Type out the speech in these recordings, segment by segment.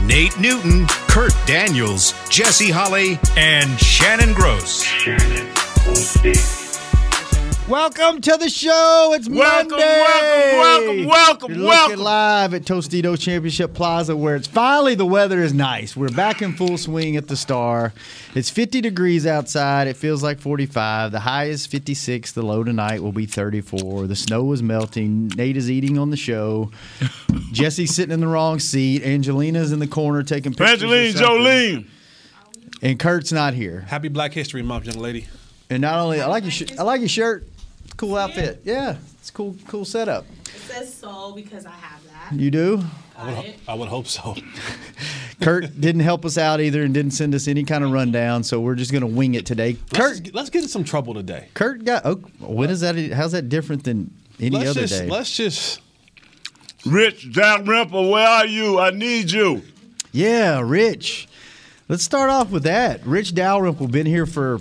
Nate Newton, Kurt Daniels, Jesse Holly, and Shannon Gross. Welcome to the show. It's Welcome, Monday. welcome, welcome, welcome, You're looking welcome. live at Tostitos Championship Plaza, where it's finally the weather is nice. We're back in full swing at the Star. It's 50 degrees outside. It feels like 45. The high is 56. The low tonight will be 34. The snow is melting. Nate is eating on the show. Jesse's sitting in the wrong seat. Angelina's in the corner taking pictures. or Evangeline something. Jolene. And Kurt's not here. Happy Black History Month, young lady. And not only I like your sh- I like your shirt. It's a Cool outfit. Yeah, it's a cool cool setup. says soul because I have that. You do? Got it. I would hope so. Kurt didn't help us out either and didn't send us any kind of rundown, so we're just going to wing it today. Let's, Kurt, just- let's get in some trouble today. Kurt got. Oh, what is that? How's that different than any Let's other just day? let's just Rich Dalrymple, where are you? I need you. Yeah, Rich. Let's start off with that. Rich Dalrymple been here for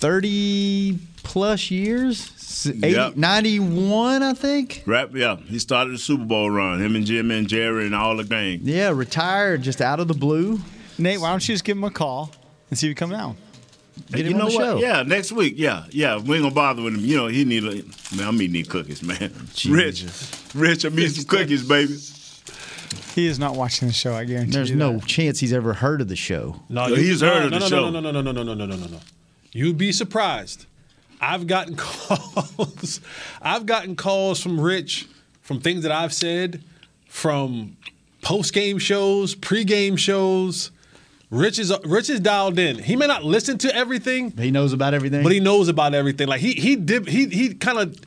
thirty plus years, S- eight- Yep. 91, I think. Right? Yeah. He started the Super Bowl run. Him and Jim and Jerry and all the gang. Yeah, retired just out of the blue. Nate, why don't you just give him a call and see if he come down? Get him you on know the what? show. Yeah, next week. Yeah, yeah. We ain't gonna bother with him. You know, he need. a- Man, I'm eating these cookies, man. Rich, Rich, I'm eating some cookies, baby. He is not watching the show. I guarantee. There's you no that. chance he's ever heard of the show. no. Yeah, he's heard of no, no, the show. No, no, no, no, no, no, no, no, no, no. You'd be surprised. I've gotten calls. I've gotten calls from Rich from things that I've said, from post game shows, pre game shows. Rich is Rich is dialed in. He may not listen to everything, He knows about everything. but he knows about everything. Like he he dip, he he kind of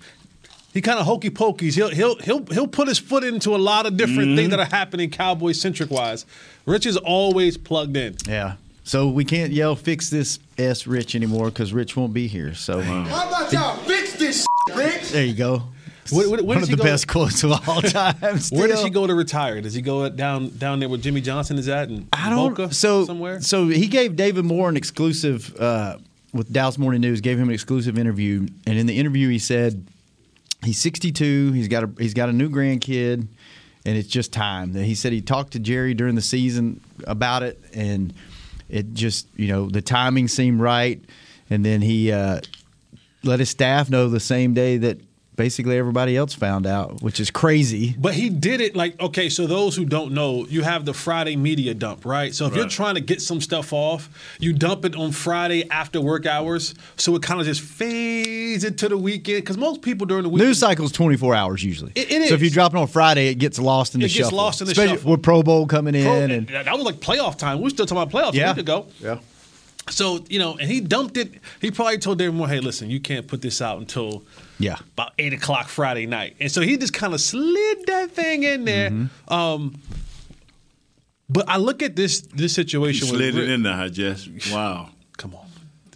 he kind of hokey pokeys. He'll he'll he'll he'll put his foot into a lot of different Mm-hmm. things that are happening cowboy centric wise. Rich is always plugged in. Yeah. So we can't yell fix this S Rich anymore because Rich won't be here. So uh, How about y'all fix this, Rich? there you go. Where- where- where One does of he the go- best quotes of all time. Where does still. he go to retire? Does he go down down there where Jimmy Johnson is at and I don't. Boca so somewhere? So he gave David Moore an exclusive uh, with Dallas Morning News. Gave him an exclusive interview, and in the interview he said he's 62. He's got a he's got a new grandkid, and it's just time. That he said he talked to Jerry during the season about it, and it just you know the timing seemed right, and then he uh, let his staff know the same day that. Basically, everybody else found out, which is crazy. But he did it like okay. So those who don't know, you have the Friday media dump, right? So if you're Right. trying to get some stuff off, you dump it on Friday after work hours. So it kind of just fades into the weekend because most people during the week News cycle's 24 hours usually. It- it So if you is. drop it on Friday, it gets lost in the It gets shuffle. lost in the Especially shuffle. With Pro Bowl coming in Pro- and that that was like playoff time. We were still talking about playoffs a week ago. Yeah. So you know, and he dumped it. He probably told David Moore, "Hey, listen, you can't put this out until Yeah. about eight o'clock Friday night." And so he just kind of slid that thing in there. Mm-hmm. Um, but I look at this this You situation. with slid it Rick- in there, huh, Jess. Wow. Come on,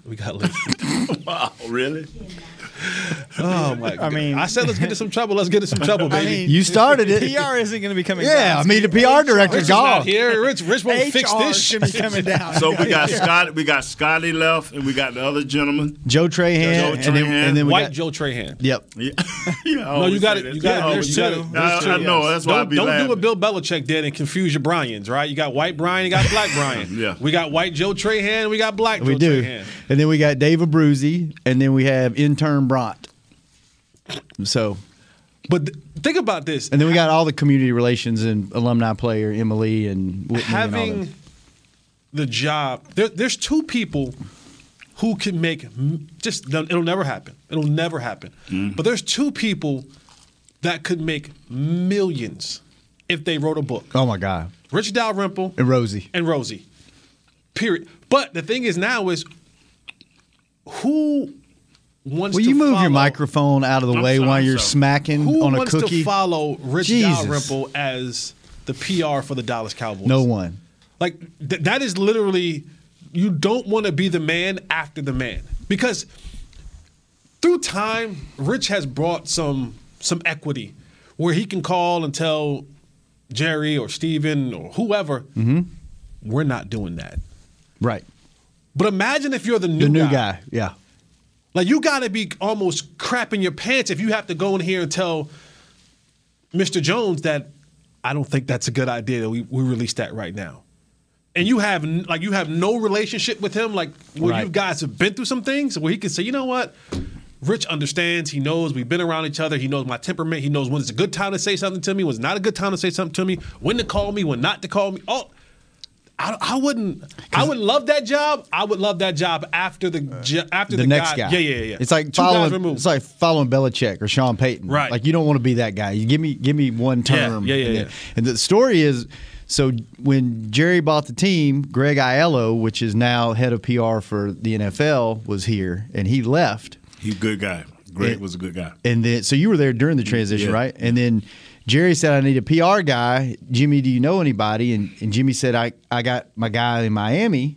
we got. Liz. Wow, really? oh my! I mean- I said let's get in some trouble. Let's get in some trouble, baby. You started it. PR isn't going to be coming. Yeah, I down. mean the PR director's Rich is not gone. here. Rich, Rich won't fix HR this. should be shit. coming down. So we got Scott, we got Scotty left, and we got the other gentleman. Joe Trahan, Joe and then, Trahan. and then we White got, Joe Trahan. Yep. Yeah, yeah, I No, you always got say it. that. You got Yeah, I it. There's always say two. that. There's two, I, I know. yes. That's why I don't, be don't laughing. do what Bill Belichick did and confuse your Bryans, right? You got white Brian, you got black Brian. Yeah. We got white Joe Trahan, we got black We Joe do. Trahan. And then we got Dave Abruzzi, and then we have intern Bront. So But th- think about this. and then we got all the community relations and alumni player Emily and Whitney and all having them. the job, there, there's two people who can make m- just it'll never happen. It'll never happen. Mm. But there's two people that could make millions if they wrote a book. Oh my God. Rich Dalrymple And Rosie. and Rosie. Period. But the thing is now is who wants Will to you move follow- your microphone out of the I'm way sorry, while I'm you're sorry. smacking Who on a wants cookie? to follow Rich Jesus. Dalrymple as the PR for the Dallas Cowboys? No one. Like th- that is literally you don't want to be the man after the man because through time, Rich has brought some some equity where he can call and tell Jerry or Steven or whoever, we're not doing that. Right. But imagine if you're the new the new guy. guy. Yeah. Like you got to be almost crapping your pants if you have to go in here and tell Mr. Jones that I don't think that's a good idea that we, we release that right now. And you have n- like you have no relationship with him. Like where Right. you guys have been through some things where he can say, you know what, Rich understands. He knows we've been around each other. He knows my temperament. He knows when it's a good time to say something to me. When it's not a good time to say something to me. When to call me. When not to call me. Oh. I, I wouldn't. I would love that job. I would love that job after the jo- after Uh, The, the, next guy. Yeah, yeah, yeah. It's like Two guys following. removed. It's like following Belichick or Sean Payton. Right. Like you don't want to be that guy. You give me give me one Yeah, term. yeah, yeah, and, yeah. then- and the story is, so when Jerry bought the team, Greg Aiello, which is now head of PR for the NFL, was here, and he left. He a good guy. Greg Yeah. was a good guy. And then, so you were there during the transition, Yeah. right? And then Jerry said, I need a PR guy. Jimmy, do you know anybody? And, and Jimmy said, I, I got my guy in Miami,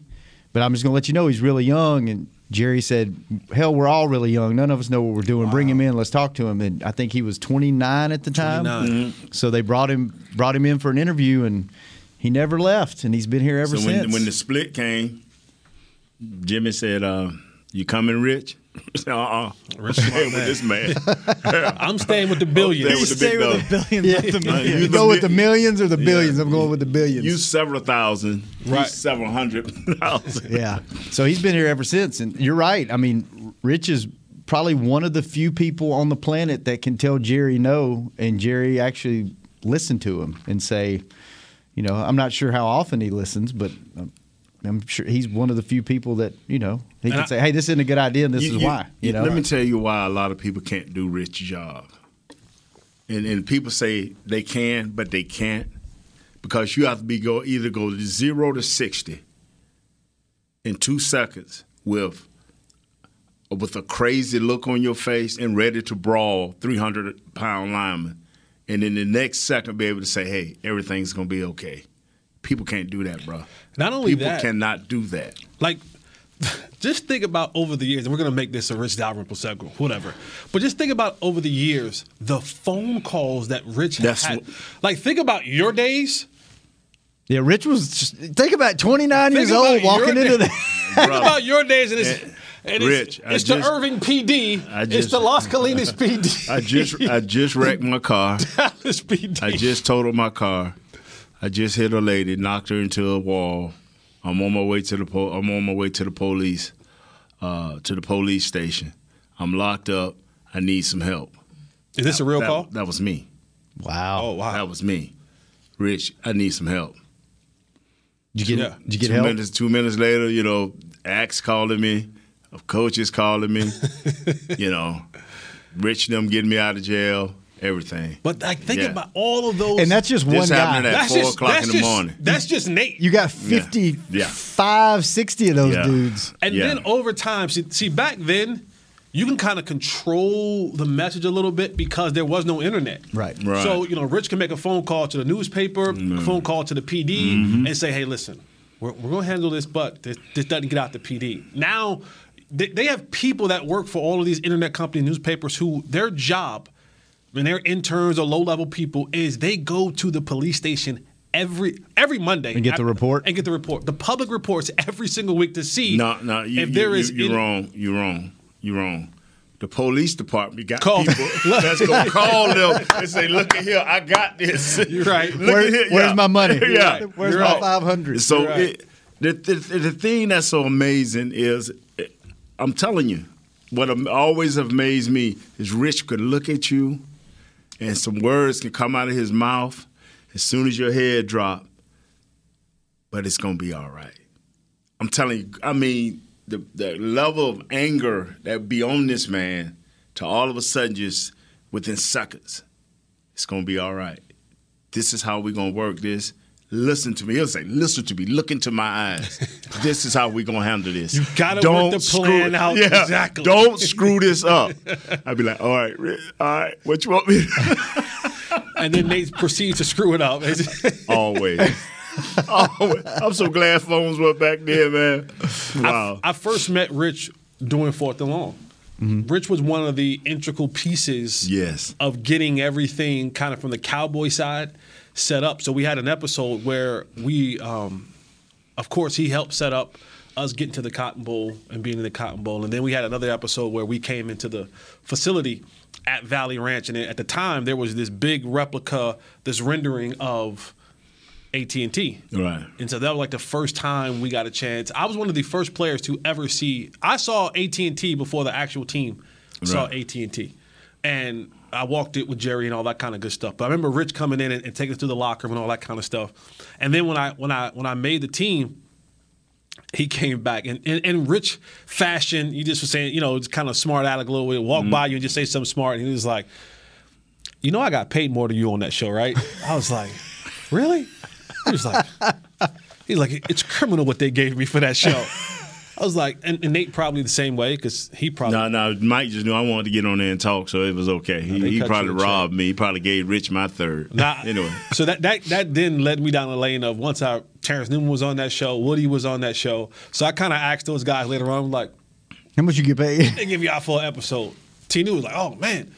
but I'm just going to let you know he's really young. And Jerry said, Hell, we're all really young. None of us know what we're doing. Bring him in. Let's talk to him. And I think he was 29 at the time. 29. Mm-hmm. So they brought him brought him in for an interview, and he never left. And he's been here ever So since. when, when the split came, Jimmy said, uh, "You coming, Rich?" I said, uh-uh. I'm Rich is my staying with man. this man. I'm staying with the billions. Stay with the big dog. billion, not the Uh, million. you the go with the mi- millions or the Yeah. billions? I'm going with the billions. You several thousand, right? Right. several hundred thousand. Yeah. So he's been here ever since. And you're right. I mean, Rich is probably one of the few people on the planet that can tell Jerry no, and Jerry actually listen to him and say, you know, I'm not sure how often he listens, but um, I'm sure he's one of the few people that, you know, he can I- say, hey, this isn't a good idea, and this You- is you- why. You know, let me tell you why a lot of people can't do Rich's job. And and people say they can, but they can't because you have to be go either go to zero to sixty in two seconds with with a crazy look on your face and ready to brawl three hundred pound lineman, and in the next second be able to say, "Hey, everything's gonna be okay." People can't do that, bro. Not only people that- cannot do that. Like, just think about over the years, and we're gonna make this a Rich Dalrymple segment, whatever. But just think about over the years, the phone calls that Rich That's had. what- like, think about your days. yeah, Rich was, just, think about 29 Think years old about your walking into day. that. Think Bro. about your days, and it's. Eh, And Rich, I it's, it's just- to Irving PD. I it's just- to Los Colinas PD. I just I just wrecked my car. Dallas PD. I just totaled my car. I just hit a lady, knocked her into a wall. I'm on my way to the po- I'm on my way to the police, uh, to the police station. I'm locked up. I need some help. Is this a real That- call? That was me. Wow. oh wow! That was me. Rich, I need some help. did you get, Yeah. did you get two help? minutes two minutes later, you know, Axe calling me, a coach is calling me, you know, Rich them getting me out of jail, everything. but like, think Yeah. about all of those. And that's just one This guy. happened at that's four just, o'clock that's in the just, morning. That's just Nate. you got Yeah. 55, Yeah. 60 of those Yeah. dudes. And Yeah. then over time, see, see back then, you can kind of control the message a little bit because there was no internet. Right. Right. Mm-hmm. So you know, Rich can make a phone call to the newspaper, a phone call to the PD, and say, "Hey, listen, we're, we're going to handle this, but this, this doesn't get out the PD." Now, they, they have people that work for all of these internet company newspapers who their job, when they're interns or low level people, is they go to the police station. Every every Monday And get the at- report? and get the report. The public reports every single week to see No, no, you, if you- there is you, any- you're wrong. You're wrong. You're wrong. The police department got Call- people that's gonna call them and say, "Look at here, I got this." You're right. Look at Where- here, where's yeah. my money? yeah. Where's You're my right. 500? So You're right. it, the, the the thing that's so amazing is, eh, I'm telling you, what am- always amazed me is Rich could look at you, and some words can come out of his mouth as soon as your head drop, but it's gonna be all right. I'm telling you, I mean, the, the level of anger that be on this man to all of a sudden just within seconds, it's gonna be all right. This is how we're gonna work this. Listen to me. He'll say, listen to me, look into my eyes. this is how we're gonna handle this. You gotta work the screw plan it. out. Yeah. Exactly. Don't screw this up. I'd be like, all right, Rick, all right, what you want me to and then they proceed to screw it up. It's- Always. Oh, I'm so glad phones were back then, man. Wow. I first met Rich doing Fourth and Long. Rich was one of the integral pieces Yes. of getting everything kind of from the cowboy side set up. So we had an episode where we, um, of course, he helped set up us getting to the Cotton Bowl and being in the Cotton Bowl. And then we had another episode where we came into the facility at Valley Ranch, and at the time there was this big replica, this rendering of AT and T. Right. And so that was like the first time we got a chance. I was one of the first players to ever see. I saw AT and T before the actual team saw Right. AT and T, and I walked it with Jerry and all that kind of good stuff. But I remember Rich coming in and, and taking us through the locker room and all that kind of stuff. And then when I when I when I made the team, he came back and in, in rich fashion. You just were saying, you know, it's kind of smart aleck a little bit. Walk by you and just say something smart, and he was like, "You know, I got paid more than you on that show, right?" I was like, "Really?" He was like, "He's like, it's criminal what they gave me for that show." I was like, and, and Nate probably the same way because he probably No, no, Mike just knew I wanted to get on there and talk, so it was they okay. He, he cut you probably a check. robbed me. He probably gave Rich my third. Nah. Anyway. So that, that that then led me down the lane of once I Terrence Newman was on that show, Woody was on that show. So I kind of asked those guys later on, like, How much you get paid? they give you out for an episode. T New was like, oh man,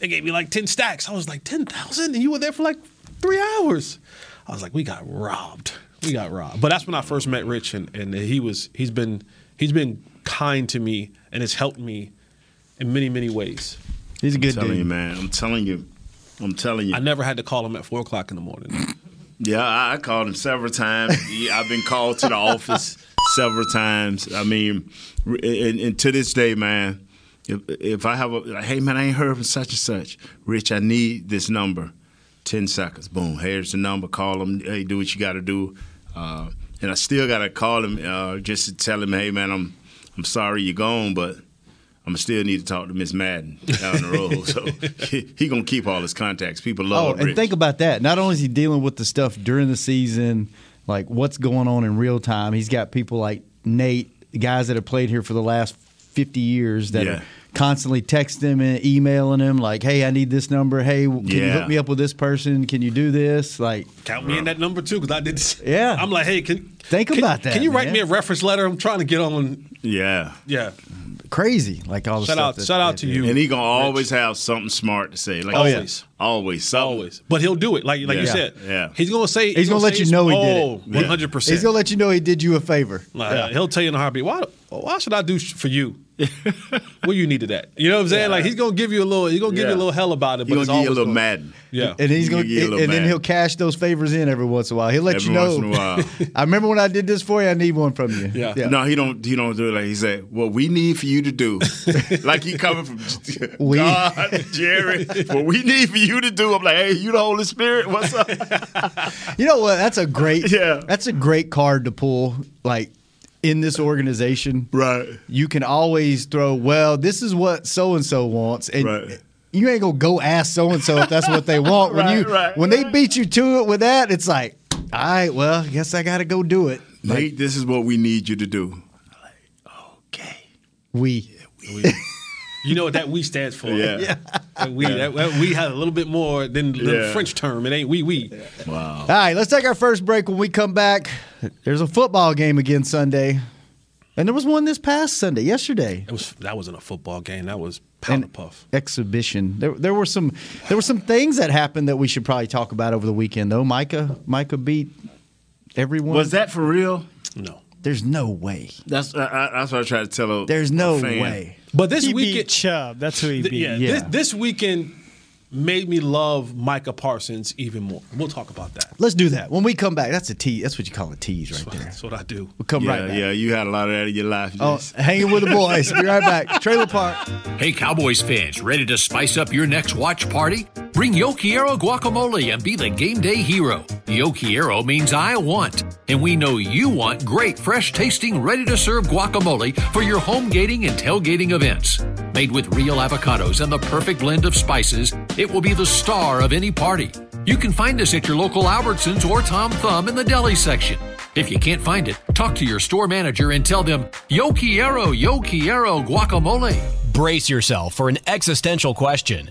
they gave me like 10 stacks. I was like, 10,000? And you were there for like three hours. I was like, we got robbed. We got robbed. But that's when I first met Rich and, and he was he's been he's been kind to me and has helped me in many, many ways. He's a I'm good telling you, dude. man. I'm telling you. I'm telling you. I never had to call him at four o'clock in the morning. Yeah, I, I called him several times. He- I've been called to the office several times. I mean, r- and, and to this day, man, if, if I have a, like, hey, man, I ain't heard from such and such. Rich, I need this number. 10 seconds. Boom. Here's the number. Call him. Hey, do what you got to do. Uh, and I still got to call him uh, just to tell him, hey, man, I'm, I'm sorry you're gone, but I'm still need to talk to Miss Madden down the road. so he, he going to keep all his contacts. People Oh, love and Rich. think about that. Not only is he dealing with the stuff during the season, like what's going on in real time, he's got people like Nate, guys that have played here for the last 50 years that Yeah. are constantly texting him and emailing him, like, hey, I need this number. Hey, can you Yeah. hook me up with this person? Can you do this? Like, Count me in that number too, because I did this. Yeah. I'm like, hey, can Think can- about that, Can you write man. me a reference letter? I'm trying to get on yeah. yeah. crazy. Like, all the Shout stuff. out- that- shout out that to they you. do. And he gonna always have something smart to say. Like Oh, yeah. always, always, something. Always, but he'll do it. Like like you Yeah. said, Yeah. He's gonna say He's gonna let you know he did it. One hundred percent. He's going to let you know he did you a favor. He'll tell you in a heartbeat. Why why should I do sh- for you? what you needed that? You know what I'm saying? Like he's gonna give you a little. He's gonna give you a Yeah. little hell about it. He But gonna it's give you always a little gonna- Madden. Yeah. And he's You gonna, get a little and then mad. he'll cash those favors in every once in a while. He'll let Every you know. once in a while. I remember when I did this for you. I need one from you. Yeah. No, he don't. He don't do it like he said. What we need for you to do, like he coming from We. God, Jerry. What we need for you to do, I'm like, hey, you the Holy Spirit. What's up? You know what? That's a great. Yeah. That's a great card to pull. Like in this organization, Right. You can always throw. Well, this is what so and so wants, and. Right. You ain't gonna go ask so and so if that's what they want. When Right, you right, when they right. beat you to it with that, it's like, all right, well, I guess I gotta go do it. Nate, this is what we need you to do. We You know what that we stands for? Yeah. That we that, that we had a little bit more than the Yeah. French term. It ain't we we. Wow. all right. Let's take our first break. When we come back, there's a football game again Sunday, and there was one this past Sunday, yesterday. It was that wasn't a football game. That was pound an and puff. exhibition. There, there were some there were some things that happened that we should probably talk about over the weekend though. Micah Micah beat everyone. Was that for real? No. There's no way. That's I, I, that's what I tried to tell. A, There's a no fan. way. But this he beat weekend, Chubb. That's who he Th- beat. yeah, Yeah. This, this weekend made me love Micah Parsons even more. We'll talk about that. Let's do that. When we come back, that's a tease. That's what you call a tease right there. That's what I do. We'll come Yeah, right back. yeah. You had a lot of that in your life. Oh, Yes. hanging with the boys. Be right back. Trailer Park. Hey, Cowboys fans, ready to spice up your next watch party? Bring Yokiero guacamole and be the game day hero. Yokiero means I want, and we know you want great, fresh tasting, ready to serve guacamole for your home gating and tailgating events. Made with real avocados and the perfect blend of spices, it will be the star of any party. You can find us at your local Albertsons or Tom Thumb in the deli section. If you can't find it, talk to your store manager and tell them, Yo Quiero, Yo Quiero guacamole. Brace yourself for an existential question.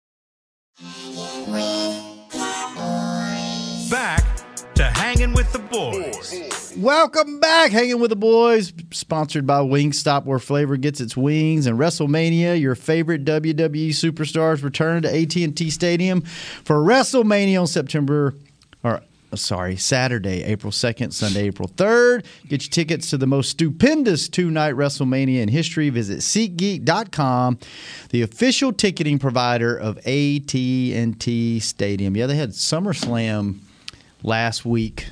Back to hanging with the boys. Welcome back, hanging with the boys. Sponsored by Wingstop, where flavor gets its wings, and WrestleMania. Your favorite WWE superstars return to AT and T Stadium for WrestleMania on September, or uh, sorry, Saturday, April second, Sunday, April third. Get your tickets to the most stupendous two-night WrestleMania in history. Visit SeatGeek.com, the official ticketing provider of AT and T Stadium. Yeah, they had SummerSlam last week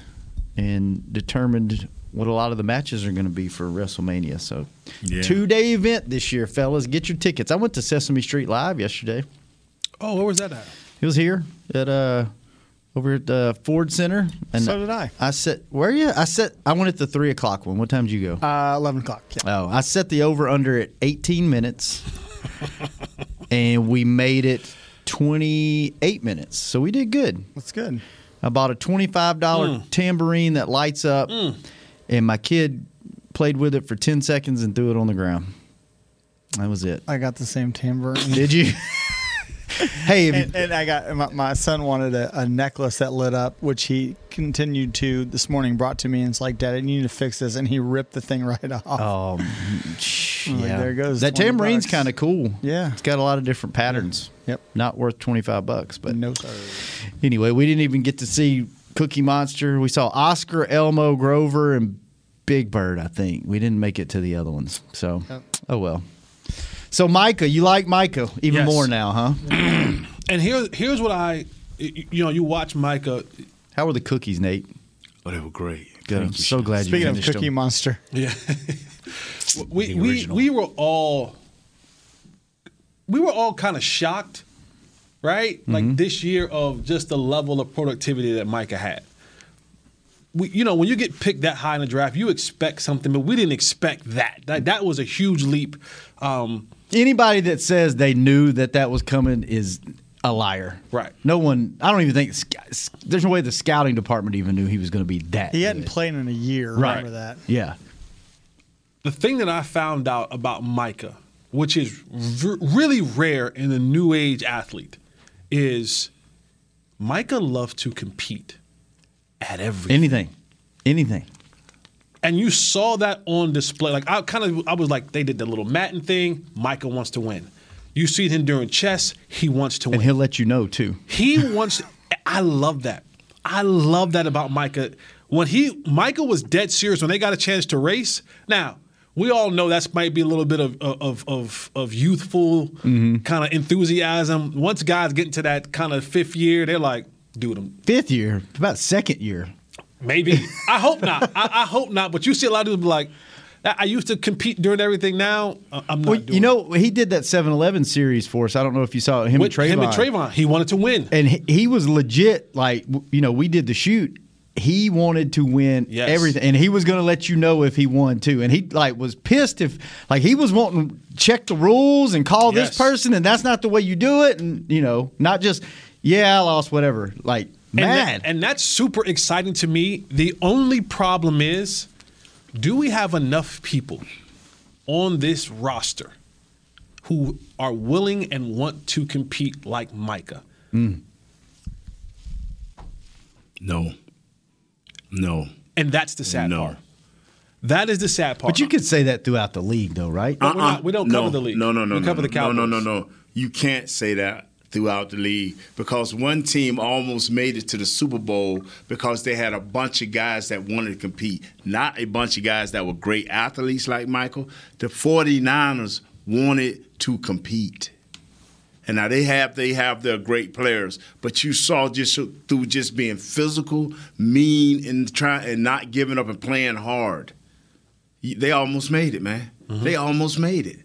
and determined what a lot of the matches are going to be for WrestleMania. So, Yeah. two day event this year, fellas. Get your tickets. I went to Sesame Street Live yesterday. Oh, where was that at? It was here at uh over at the Ford Center. So did I. I set where are you? I set I went at the three o'clock one. What time did you go? Uh, 11 o'clock. Oh, I set the over under at 18 minutes, and we made it 28 minutes. So we did good. That's good. I bought a $25 Mm. tambourine that lights up, Mm. and my kid played with it for 10 seconds and threw it on the ground. That was it. I got the same timbre. Did you? hey, if you- and, and I got my, my son wanted a, a necklace that lit up, which he continued to this morning. Brought to me and it's like, Dad, I need to fix this, and he ripped the thing right off. Oh, yeah. there goes That 20 tambourine's bucks. kind of cool. Yeah. It's got a lot of different patterns. Yep. Not worth 25 bucks, but no sir. Anyway, we didn't even get to see Cookie Monster. We saw Oscar, Elmo, Grover and Big Bird, I think. We didn't make it to the other ones. So, Yep. oh well. So Micah, you like Micah even Yes. more now, huh? And here, here's what I, y- you know, you watch Micah. How were the cookies, Nate? Oh, they were great. Good. I'm so glad you Speaking of finished Cookie them. Monster, Yeah. The we, we, original. we were all we were all kind of shocked, right? Like this year of just the level of productivity that Micah had. We, you know, when you get picked that high in the draft, you expect something, but we didn't expect that. That, that was a huge leap. Um, Anybody that says they knew that that was coming is a liar. Right. No one. I don't even think. sc- sc- There's no way the scouting department even knew he was going to be that. he hadn't played in a year. Right. Remember that? Yeah. the thing that I found out about Micah, which is v- really rare in the new age athlete, is Micah loved to compete at everything. Anything. Anything. And you saw that on display. Like I kind of I was like they did the little Madden thing. Micah wants to win. You see him during chess. He wants to And win. he'll let you know too. He wants. I love that. I love that about Micah. When he Micah was dead serious when they got a chance to race. Now we all know that's might be a little bit of of of, of youthful Mm-hmm. kind of enthusiasm. Once guys get into that kind of fifth year, they're like, dude, I'm Fifth year, about second year. Maybe. I hope not. I, I hope not. But you see a lot of people be like, I I used to compete during everything. Now I- I'm not. Well, doing you know, he did that 7-Eleven series for us. I don't know if you saw it, him With and Trayvon. him and Trayvon. He wanted to win, and he, he was legit. Like w- you know, we did the shoot. He wanted to win Yes. everything, and he was going to let you know if he won too. And he like was pissed if like he was wanting to check the rules and call Yes. this person, and that's not the way you do it. And you know, not just yeah, I lost, whatever. Like And that- mad. and that's super exciting to me. The only problem is do we have enough people on this roster who are willing and want to compete like Micah? No. No. And that's the sad part. That is the sad part. But you could say that throughout the league, though, right? Uh-uh. no, No, no, no. no, no, No, no, no, no. You can't say that throughout the league because one team almost made it to the Super Bowl because they had a bunch of guys that wanted to compete, not a bunch of guys that were great athletes like Michael. The 49ers wanted to compete. And now they have they have their great players, but you saw just through just being physical, mean, and trying and not giving up and playing hard they almost made it, man. Mm-hmm. They almost made it.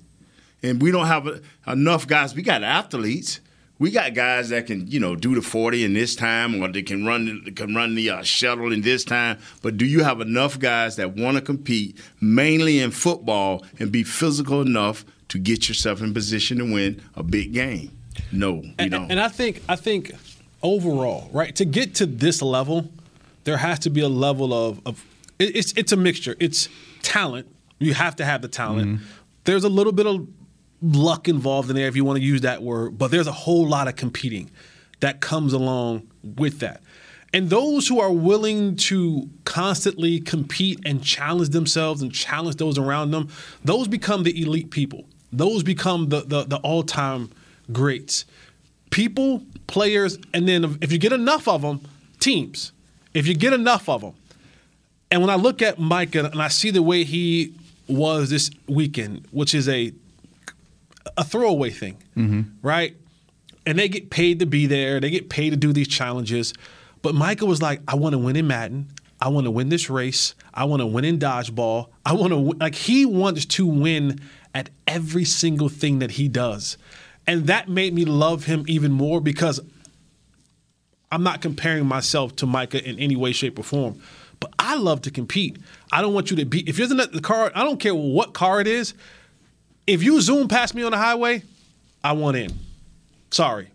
And we don't have a, enough guys. We got athletes. We got guys that can, you know, do the 40 in this time or they can run they can run the uh, shuttle in this time. But do you have enough guys that want to compete mainly in football and be physical enough to get yourself in position to win a big game? No, we and, don't. and I think I think overall, right, to get to this level, there has to be a level of of it- it's it's a mixture. It's talent. You have to have the talent. There's a little bit of luck involved in there if you want to use that word, but there's a whole lot of competing that comes along with that. And those who are willing to constantly compete and challenge themselves and challenge those around them, those become the elite people. Those become the the, the all-time greats people, players, and then if you get enough of them, teams. If you get enough of them. And when I look at Micah and I see the way he was this weekend, which is a a throwaway thing, right? And they get paid to be there, they get paid to do these challenges. But Micah was like, I want to win in Madden. I want to win this race. I want to win in dodgeball. I want to like he wants to win at every single thing that he does. And that made me love him even more because I'm not comparing myself to Micah in any way, shape, or form. But I love to compete. I don't want you to be. If you're in the car, I don't care what car it is. If you zoom past me on the highway, I want in. Sorry.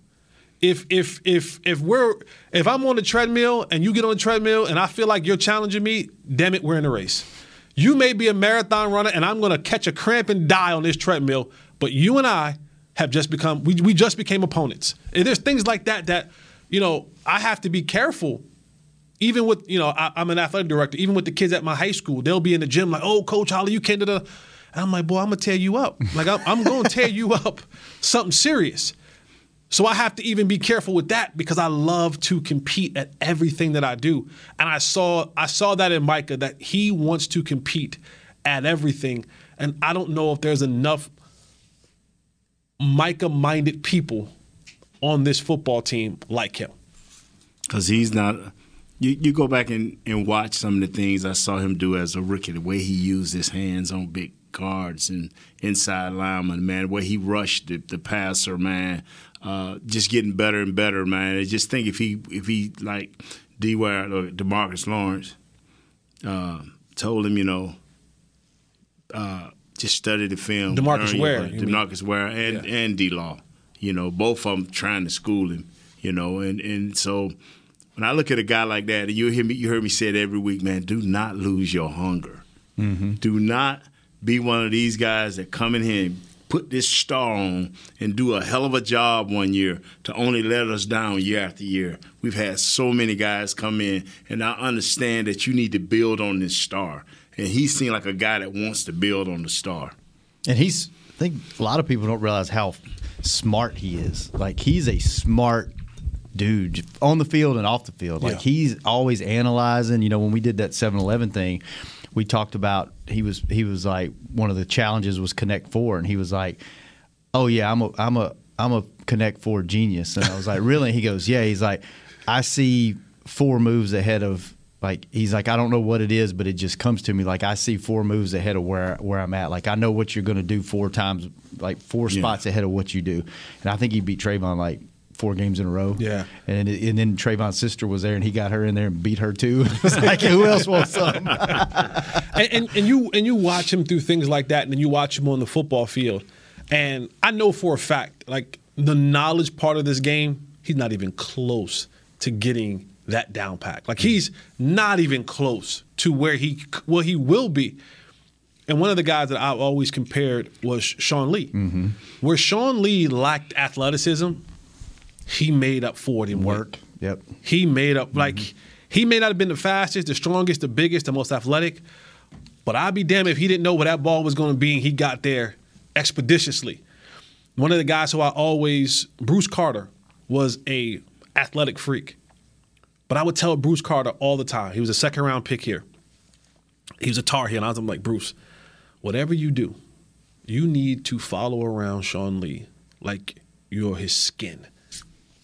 If if if if we're if I'm on the treadmill and you get on the treadmill and I feel like you're challenging me, damn it, we're in a race. You may be a marathon runner and I'm gonna catch a cramp and die on this treadmill, but you and I have just become we, we just became opponents. And there's things like that that, you know, I have to be careful even with you know I, I'm an athletic director. Even with the kids at my high school, they'll be in the gym like, "Oh, Coach Holly, you can't." da, da." And I'm like, "Boy, I'm gonna tear you up. Like I'm, I'm gonna tear you up, something serious." So I have to even be careful with that because I love to compete at everything that I do, and I saw I saw that in Micah that he wants to compete at everything, and I don't know if there's enough Micah-minded people on this football team like him. because he's not. You, you go back and, and watch some of the things I saw him do as a rookie, the way he used his hands on big guards and inside linemen, man, the way he rushed the, the passer, man, uh, just getting better and better, man. I just think if he if he like D Ware or Demarcus Lawrence uh, told him, you know, uh, just study the film. DeMarcus learn your Ware, play. you mean. DeMarcus Ware, and and D Law, you know, both of them trying to school him, you know, and and so when I look at a guy like that, and you hear me, you hear me say it every week, man. Do not lose your hunger. Do not be one of these guys that come in here and put this star on and do a hell of a job one year to only let us down year after year. We've had so many guys come in, and I understand that you need to build on this star. And he seemed like a guy that wants to build on the star. And he's, I think a lot of people don't realize how smart he is. Like, he's a smart dude on the field and off the field. Like, Yeah. he's always analyzing. You know, when we did that 7 Eleven thing, we talked about he was, he was like, one of the challenges was Connect Four. And he was like, oh, yeah, I'm a, I'm a, I'm a Connect Four genius. And I was like, really? He goes, yeah. He's like, I see four moves ahead of like he's like I don't know what it is, but it just comes to me like I see four moves ahead of where where I'm at. Like I know what you're going to do four times, like four Yeah. spots ahead of what you do. And I think he beat Trayvon like four games in a row. Yeah, and it- and then Trayvon's sister was there, and he got her in there and beat her too. it's like who else wants some? and, and and you and you watch him through things like that, and then you watch him on the football field. And I know for a fact, like the knowledge part of this game, he's not even close to getting that down pack. Like he's not even close to where he well he will be. And one of the guys that I always compared was Sean Lee. Mhm. Where Sean Lee lacked athleticism, he made up for it in work. Yep. He made up like he may not have been the fastest, the strongest, the biggest, the most athletic, but I'd be damned if he didn't know where that ball was going to be and he got there expeditiously. One of the guys who I always Bruce Carter was a athletic freak. But I would tell Bruce Carter all the time. He was a second round pick here. He was a Tar Heel. And I was I'm like, Bruce, whatever you do, you need to follow around Sean Lee like you're his skin.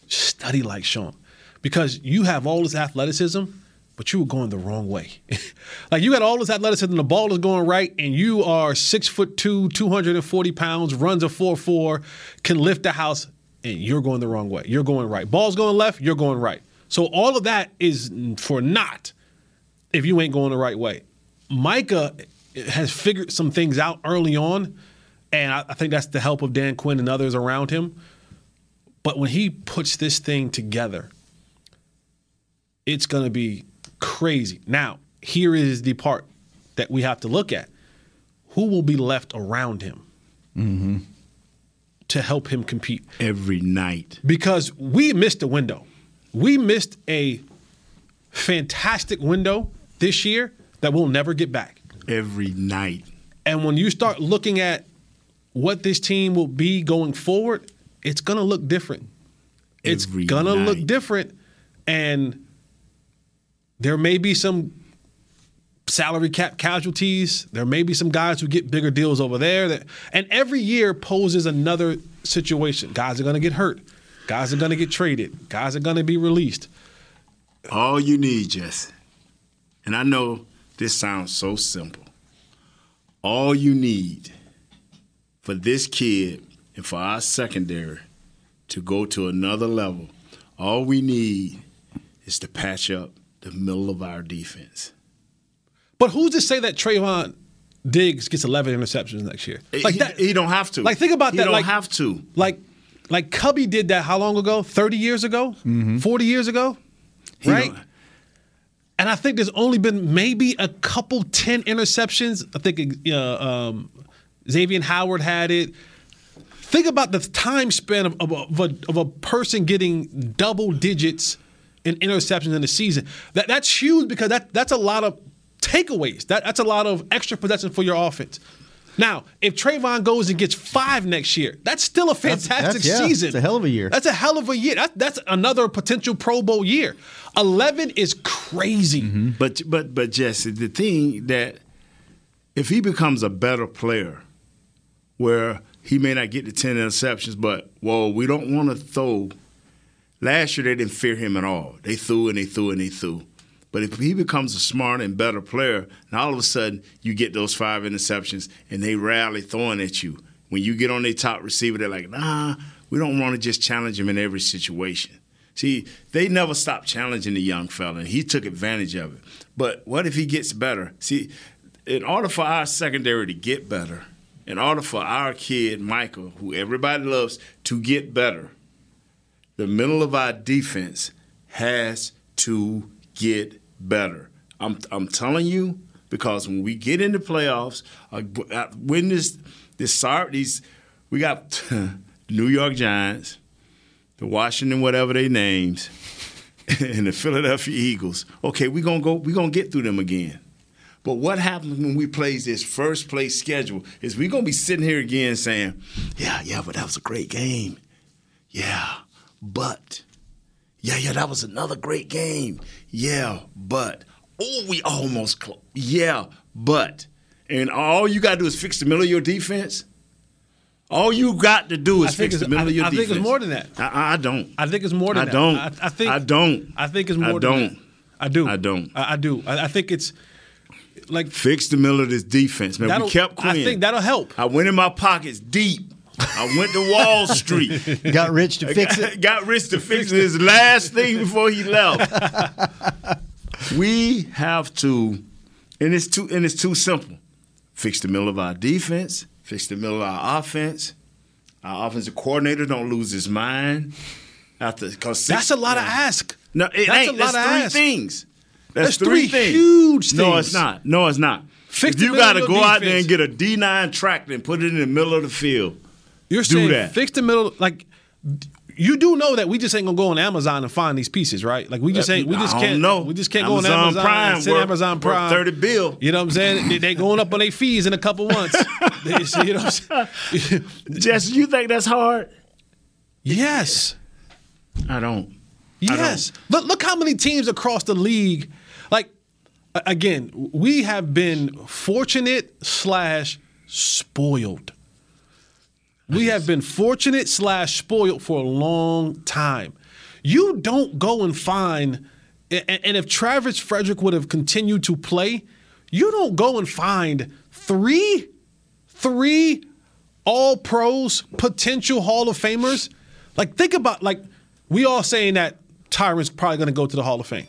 Study like Sean. Because you have all this athleticism, but you were going the wrong way. like you got all this athleticism, the ball is going right, and you are six foot two, 240 pounds, runs a 4 4, can lift the house, and you're going the wrong way. You're going right. Ball's going left, you're going right. So all of that is for naught if you ain't going the right way. Micah has figured some things out early on, and I, I think that's the help of Dan Quinn and others around him. But when he puts this thing together, it's going to be crazy. Now, here is the part that we have to look at who will be left around him? Mm-hmm. to help him compete every night because we missed a window. We missed a fantastic window this year that we'll never get back every night. And when you start looking at what this team will be going forward, it's going to look different. It's Every going to look night. different and there may be some salary cap casualties. There may be some guys who get bigger deals over there. That, and every year poses another situation. Guys are going to get hurt. Guys are going to get traded. Guys are going to be released. All you need, Jesse, and I know this sounds so simple. All you need for this kid and for our secondary to go to another level, all we need is to patch up the middle of our defense. But who's to say that Trayvon Diggs gets 11 interceptions next year? Like that, he don't have to. Like think about He that. don't like, have to. Like, like Cubby did that. How long ago? 30 years ago? 40 years ago? Mm-hmm. He right. don't- And I think there's only been maybe a couple ten interceptions. I think uh, um, Xavier Howard had it. Think about the time span of, of, a, of, a, of a person getting double digits in interceptions in a season. That that's huge because that that's a lot of takeaways. That that's a lot of extra possession for your offense. Now, if Trayvon goes and gets five next year, that's still a That's- fantastic that's- yeah, season. it's a hell of a year. That's a hell of a year. That, that's another potential Pro Bowl year. Eleven is crazy. Mm-hmm. But but but Jesse, the thing that if he becomes a better player, where he may not get the ten interceptions, but whoa, we don't want to throw. Last year they didn't fear him at all. They threw and they threw and they threw. But if he becomes a smarter and better player, and all of a sudden you get those five interceptions and they rally throwing at you. When you get on their top receiver, they're like, nah, we don't want to just challenge him in every situation. See, they never stopped challenging the young fella, and he took advantage of it. But what if he gets better? See, in order for our secondary to get better, in order for our kid, Michael, who everybody loves, to get better, the middle of our defense has to get better. I'm I'm telling you because when we get into playoffs, uh, uh, when this this sorry these we got the New York Giants, the Washington whatever they names, and the Philadelphia Eagles. Okay, we gonna go. We gonna get through them again. But what happens when we plays this first place schedule is we gonna be sitting here again saying, yeah, yeah, but that was a great game. Yeah, but. Yeah, yeah, that was another great game. Yeah, but. Oh, we almost close. Yeah, but. And all you got to do is fix the middle of your defense. All you got to do I is think fix it's- the middle I- of your I think defense. it's more than that. I, I don't. I think it's more than I that. don't. I, I think I don't. I think it's more. I than don't. that. I do. I don't. I, I do. I, I think it's like fix the middle of this defense, man. That'll- We kept I Quinn. think that'll help. I went in my pockets deep. I went to Wall Street. Got rich to fix it. Got rich to fix it. His last thing before he left. we have to, and it's too and it's too simple. Fix the middle of our defense. Fix the middle of our offense. Our offensive coordinator don't lose his mind. After, cause That's a lot to ask. No, it That's a ain't. lot That's of three ass. things. That's, That's three three, things. huge No, things. it's not. No, it's not. Fix if the you got to go middle of out there defense. and get a D nine tractor and put it in the middle of the field, You're do saying that. fix the middle, like you do know that we just ain't gonna go on Amazon and find these pieces, right? Like we just ain't, we Uh, I just don't can't, know. we just can't go on Amazon Amazon Prime and send worth- Amazon worth Prime 30 bill. You know what I'm saying? they, they going up on their fees in a couple months. They- you know what I'm saying? Jess, you think that's hard? Yes. I don't. Yes. Look, look how many teams across the league. Like, a- again, we have been fortunate slash spoiled. We have been fortunate slash spoiled for a long time. You don't go and find, a- a- and if Travis Frederick would have continued to play, you don't go and find three, three all pros, potential Hall of Famers. Like, think about, like, we all saying that Tyron's probably going to go to the Hall of Fame.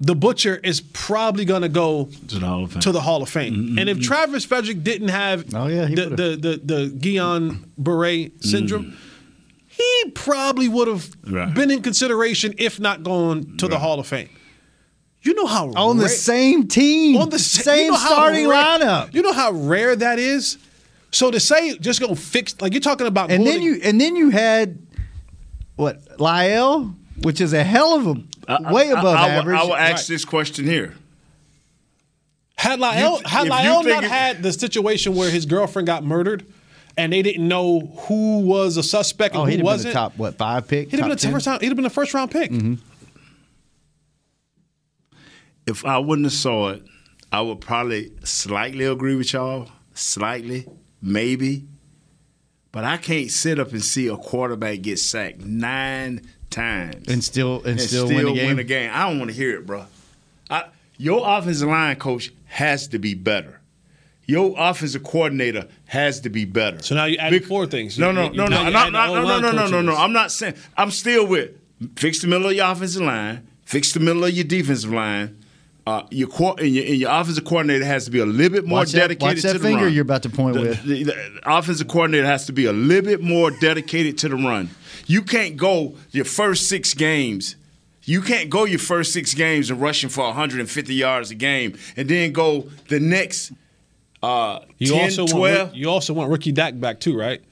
The Butcher is probably going to go To the Hall of Fame. to the Hall of Fame. Mm-hmm. And if Travis Frederick didn't have Oh, the, the, the, the Guillain Barre syndrome, Mm. he probably would have Right. been in consideration if not going to the Hall of Fame. You know how On the rare- same team, on the sa- same you know how starting rare- lineup. You know how rare that is. So to say just gonna fix like you're talking about And then building- you and then you had what Lyle, which is a hell of a Uh, I- I- way above I, I, will- average. I will ask this question here. Had Lyle, You- had if you Lyle think not it- had the situation where his girlfriend got murdered and they didn't know who was a suspect and oh, he'd who have been the wasn't, top what five pick. he'd top Mm-hmm. have been a 10? first round, he'd have been a first round pick. If I wouldn't have saw it, I would probably slightly agree with y'all, slightly, maybe. But I can't sit up and see a quarterback get sacked nine times and still and, still, win the game. a game. I don't want to hear it, bro. I, your offensive line coach has to be better. Your offensive coordinator has to be better. So now you add four things. No, You- no, you- no, now no, you no, add the no, no, no, O-line no, no, coach no, in no. this. I'm not saying. I'm still with fix the middle of your offensive line, fix the middle of your defensive line. Uh, your court and your, and your offensive coordinator has to be a little bit more watch that, dedicated watch that to the finger run you're about to point with. the, the offensive coordinator has to be a little bit more dedicated to the run. You can't go your first six games. You can't go your first six games and rushing for 150 yards a game, and then go the next uh, You 10, also 12. want you also want rookie Dak back too, right?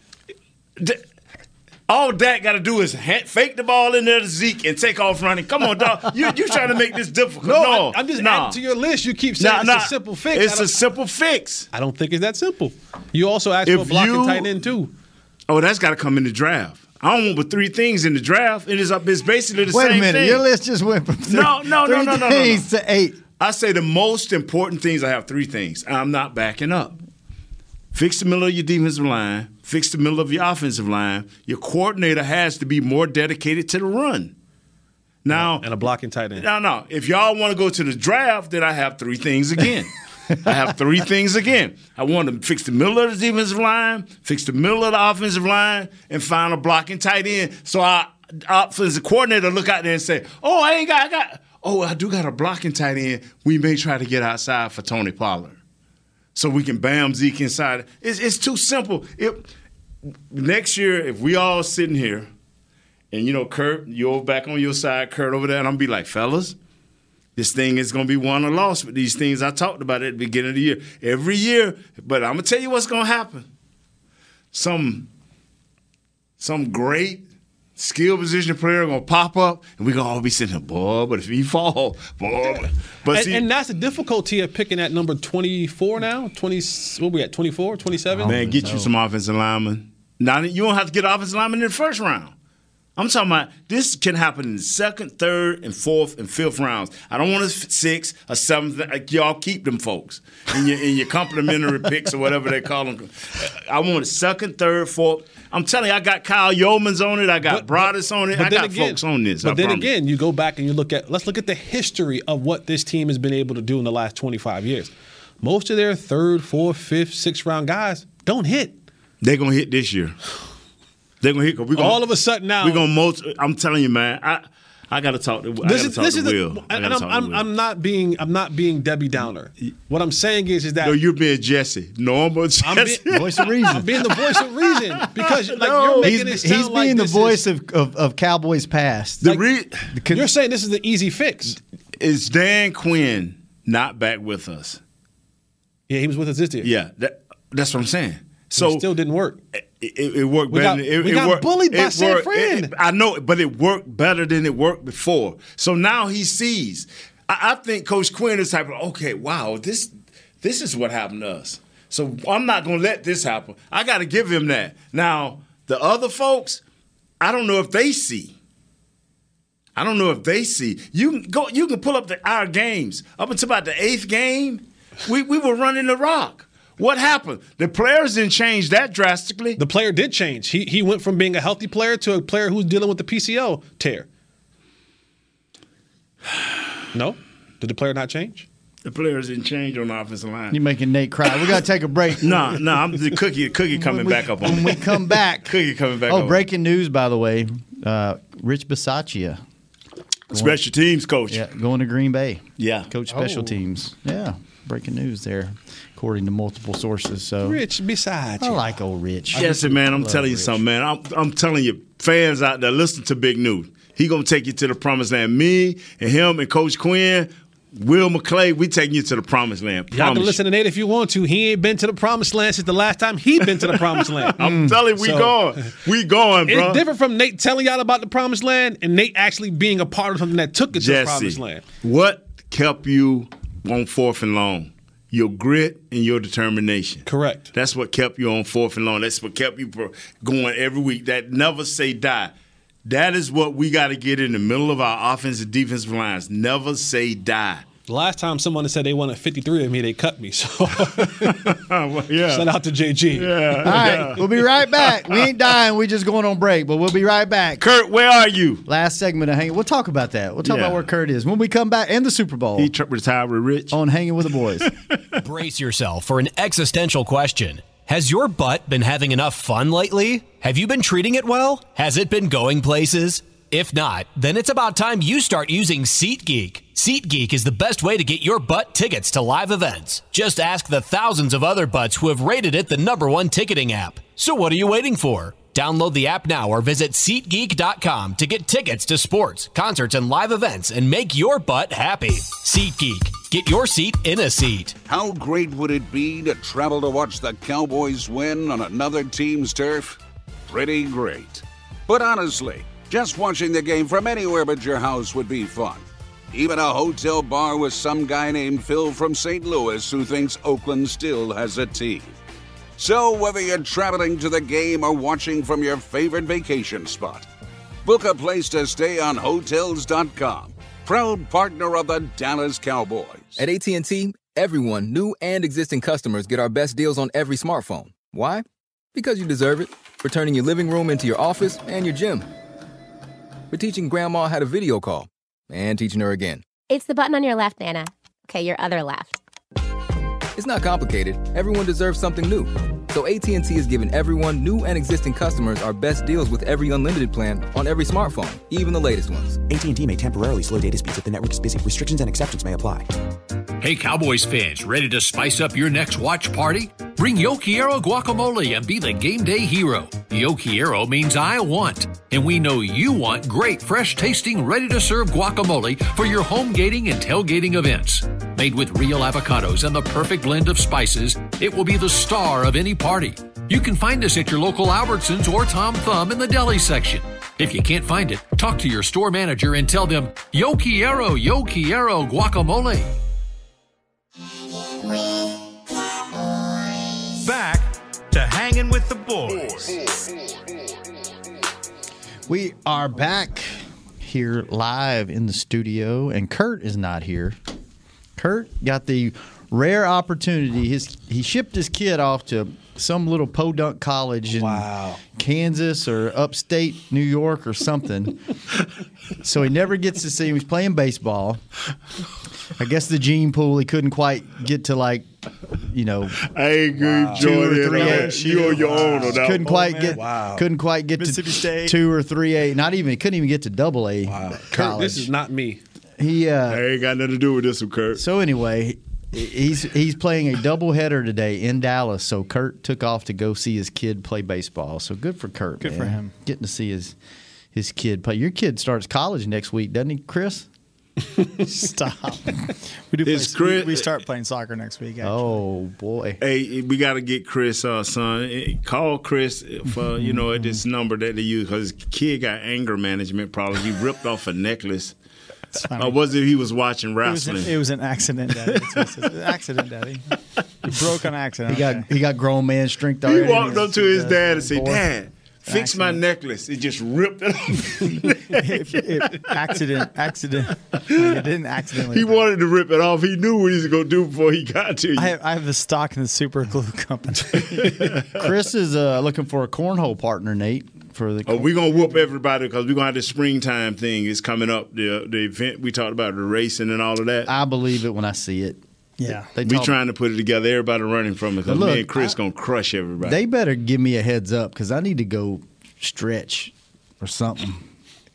All Dak got to do is ha- fake the ball in there to Zeke and take off running. Come on, dog. You you trying to make this difficult? No, No, I, am just nah. adding to your list. You keep saying Nah, it's nah. a simple fix. It's I a don't- simple fix. I don't think it's that simple. You also asked If for a blocking you- tight end too. Oh, that's got to come in the draft. I don't want but three things in the draft. It is up. It's basically the Wait same a minute, thing. your list just went from three, no, no, three no, no, no, no, things to eight. I say the most important things. I have three things. I'm not backing up. Fix the middle of your defensive line. Fix the middle of your offensive line. Your coordinator has to be more dedicated to the run. Now and a blocking tight end. No, no. If y'all want to go to the draft, then I have three things again. I have three things again. I want to fix the middle of the defensive line, fix the middle of the offensive line, and find a blocking tight end. So I offensive coordinator look out there and say, "Oh, I ain't got, I got. Oh, I do got a blocking tight end. We may try to get outside for Tony Pollard, so we can bam Zeke inside. It's it's too simple. It, next year, if we all sitting here, and you know, Kurt, you're back on your side, Kurt over there, and I'm gonna be like, fellas, this thing is gonna be won or lost with these things I talked about at the beginning of the year. Every year, but I'm gonna tell you what's gonna happen. Some some great skill position player gonna pop up, and we're gonna all be sitting here, boy, but if he fall, boy. but- But and, see, and that's the difficulty of picking at number 24 now. 20 what we at 24, 27? Man, get you some offensive linemen. Now you don't have to get offensive linemen in the first round. I'm talking about this can happen in the second, third, and fourth, and fifth rounds. I don't want a f- sixth or seventh. Like y'all keep them folks in your in your complimentary picks or whatever they call them. I want a second, third, fourth. I'm telling you, I got Kyle Yeomans on it. I got Broadus on it. I got folks on this. But I then promise. again, you go back and you look at let's look at the history of what this team has been able to do in the last 25 years. Most of their third, fourth, fifth, sixth round guys don't hit. They're gonna hit this year. They're gonna hit. 'cause we gonna, All of a sudden now- we're gonna multi. I'm telling you, man. I I got to talk to. I This got to is, talk this to is the- Will. I and gotta I'm, talk to I'm, Will. I'm not being I'm not being Debbie Downer. What I'm saying is is that No, you're being Jesse. Normal Jesse. I'm being- Voice of reason. I'm being the voice of reason, because, like, you're making he's, it sound he's like being this the voice of, of, of Cowboys past. The re- you're saying this is the easy fix. Is Dan Quinn not back with us? Yeah, he was with us this year. Yeah, that, that's what I'm saying. So it still didn't work. It, it worked We better. got- than- it, we it got worked, bullied by it San worked- Fran. it- it- I know, but it worked better than it worked before. So now he sees. I, I think Coach Quinn is type of okay. Wow, this this is what happened to us. So I'm not gonna let this happen. I got to give him that. Now the other folks, I don't know if they see. I don't know if they see. You can go. You can pull up the, our games up until about the eighth game. We we were running the rock. What happened? The players didn't change that drastically. The player did change. He he went from being a healthy player to a player who's dealing with the PCL tear. No, did the player not change? The players didn't change on the offensive line. You're making Nate cry. We gotta take a break. No, no, I'm the cookie. Cookie coming back up on when me. we come back. Cookie coming back. oh, up. breaking news by the way, uh, Rich Bisaccia, Special teams coach. yeah, going to Green Bay. Yeah. coach special Oh. teams. Yeah, breaking news there, according to multiple sources. So Rich besides I like old Rich. Jesse, man, I'm Love telling you Rich. something, man. I'm, I'm telling you, fans out there, listen to Big News. He gonna take you to the promised land. Me and him and Coach Quinn, Will McClay, we taking you to the promised land. Y'all Promise can you. listen to Nate if you want to. He ain't been to the promised land since the last time he been to the promised land. I'm telling you, we So, going. We going, bro. It's different from Nate telling y'all about the promised land and Nate actually being a part of something that took it to the promised Jesse, land. what kept you on fourth and long? Your grit and your determination. Correct. That's what kept you on fourth and long. That's what kept you pro- going every week. That never say die. That is what we got to get in the middle of our offensive defensive lines. Never say die. The last time someone said they wanted 53 of me, they cut me. So yeah. shout out to JG. Yeah. All right, we'll be right back. We ain't dying. We just going on break, but we'll be right back. Kurt, where are you? Last segment of hanging. We'll talk about that. We'll talk Yeah. about where Kurt is when we come back and the Super Bowl. He retired with Rich on hanging with the boys. Brace yourself for an existential question. Has your butt been having enough fun lately? Have you been treating it well? Has it been going places? If not, then it's about time you start using SeatGeek. SeatGeek is the best way to get your butt tickets to live events. Just ask the thousands of other butts who have rated it the number one ticketing app. So what are you waiting for? Download the app now or visit SeatGeek.com to get tickets to sports, concerts, and live events and make your butt happy. SeatGeek. Get your seat in a seat. How great would it be to travel to watch the Cowboys win on another team's turf? Pretty great. But honestly, just watching the game from anywhere but your house would be fun. Even a hotel bar with some guy named Phil from St. Louis who thinks Oakland still has a team. So, whether you're traveling to the game or watching from your favorite vacation spot, book a place to stay on Hotels.com. Proud partner of the Dallas Cowboys. At AT&T, everyone, new and existing customers, get our best deals on every smartphone. Why? Because you deserve it. For turning your living room into your office and your gym. For teaching grandma how to video call and teaching her again. It's the button on your left, Nana. Okay, your other left. It's not complicated. Everyone deserves something new. So AT&T is giving everyone, new and existing customers, our best deals with every unlimited plan on every smartphone, even the latest ones. AT&T may temporarily slow data speeds if the network is busy. Restrictions and exceptions may apply. Hey, Cowboys fans, ready to spice up your next watch party? Bring Yokiero guacamole and be the game day hero. Yokiero means I want, and we know you want great, fresh tasting, ready to serve guacamole for your home gating and tailgating events. Made with real avocados and the perfect blend of spices, it will be the star of any party. You can find us at your local Albertsons or Tom Thumb in the deli section. If you can't find it, talk to your store manager and tell them, Yo quiero, yo quiero guacamole. Back to hanging with the boys. We are back here live in the studio, and Kurt is not here. Kurt got the rare opportunity. His he shipped his kid off to some little podunk college in Kansas or upstate New York or something. so he never gets to see him. He's playing baseball. I guess the gene pool he couldn't quite get to like you know, I agree, Wow. Jordan. two or three Man, eight. you on your own on that Couldn't one. quite Oh, man. get. Wow. Couldn't quite get Mississippi to State. two or three A. Not even. Couldn't even get to double A. Wow. Kurt, this is not me. He uh, I ain't got nothing to do with this one, Kurt. So anyway, he's he's playing a doubleheader today in Dallas. So Kurt took off to go see his kid play baseball. So good for Kurt. Good man. for him. Getting to see his his kid play. Your kid starts college next week, doesn't he, Chris? Stop. We do. Play, It's we- Chris- we, start playing soccer next week. Actually. Oh boy. Hey, we got to get Chris, uh, son. Eh, Call Chris for you know at this number that they use because his kid got anger management problems. He ripped off a necklace. funny. Or was it he was watching It was, an, Oh, wrestling? it was an accident, Daddy. It's- it's- it's an accident, Daddy. You broke on accident. He got he got grown man strength He already. walked up to his dad and said, Boy. "Dad, fix my necklace." It just ripped it off. accident, accident. Like, it didn't accidentally. he wanted to rip it off. He knew what he was gonna do before he got to you. I have, I have the stock in the super glue company. Chris is uh, looking for a cornhole partner, Nate. For the Oh, we're gonna whoop everybody because we're gonna have this springtime thing. It's coming up. The the event we talked about, the racing and all of that. I believe it when I see it. Yeah, They we talk- trying to put it together. Everybody running from it because Look, me and Chris gonna crush everybody. They better give me a heads up because I need to go stretch or something.